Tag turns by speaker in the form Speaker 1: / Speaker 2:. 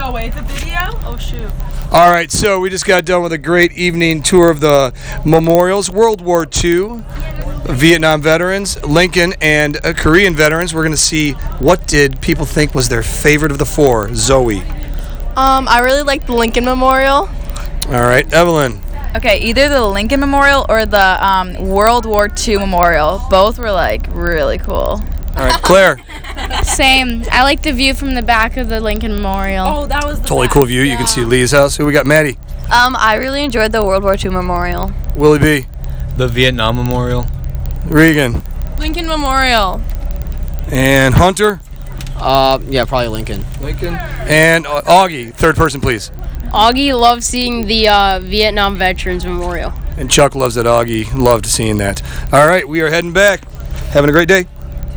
Speaker 1: It's a video? Oh, shoot.
Speaker 2: All right, so we just got done with a great evening tour of the memorials, World War II, Vietnam veterans, Lincoln, and uh, Korean veterans. We're going to see what did people think was their favorite of the four. Zoe.
Speaker 3: Um, I really like the Lincoln Memorial.
Speaker 2: All right, Evelyn.
Speaker 4: Okay, either the Lincoln Memorial or the um, World War II Memorial. Both were like really cool.
Speaker 2: All right, Claire.
Speaker 5: Same. I like the view from the back of the Lincoln Memorial.
Speaker 1: Oh, that was the
Speaker 2: Totally cool view. You can see Lee's house. Who we got? Maddie.
Speaker 3: Um, I really enjoyed the World War II Memorial.
Speaker 2: Willie B.
Speaker 6: The Vietnam Memorial.
Speaker 2: Regan.
Speaker 3: Lincoln Memorial.
Speaker 2: And Hunter.
Speaker 7: Uh, yeah, probably Lincoln.
Speaker 2: Lincoln. And uh, Augie. Third person, please.
Speaker 5: Augie loves seeing the uh, Vietnam Veterans Memorial.
Speaker 2: And Chuck loves that Augie. Loved seeing that. All right, we are heading back. Having a great day.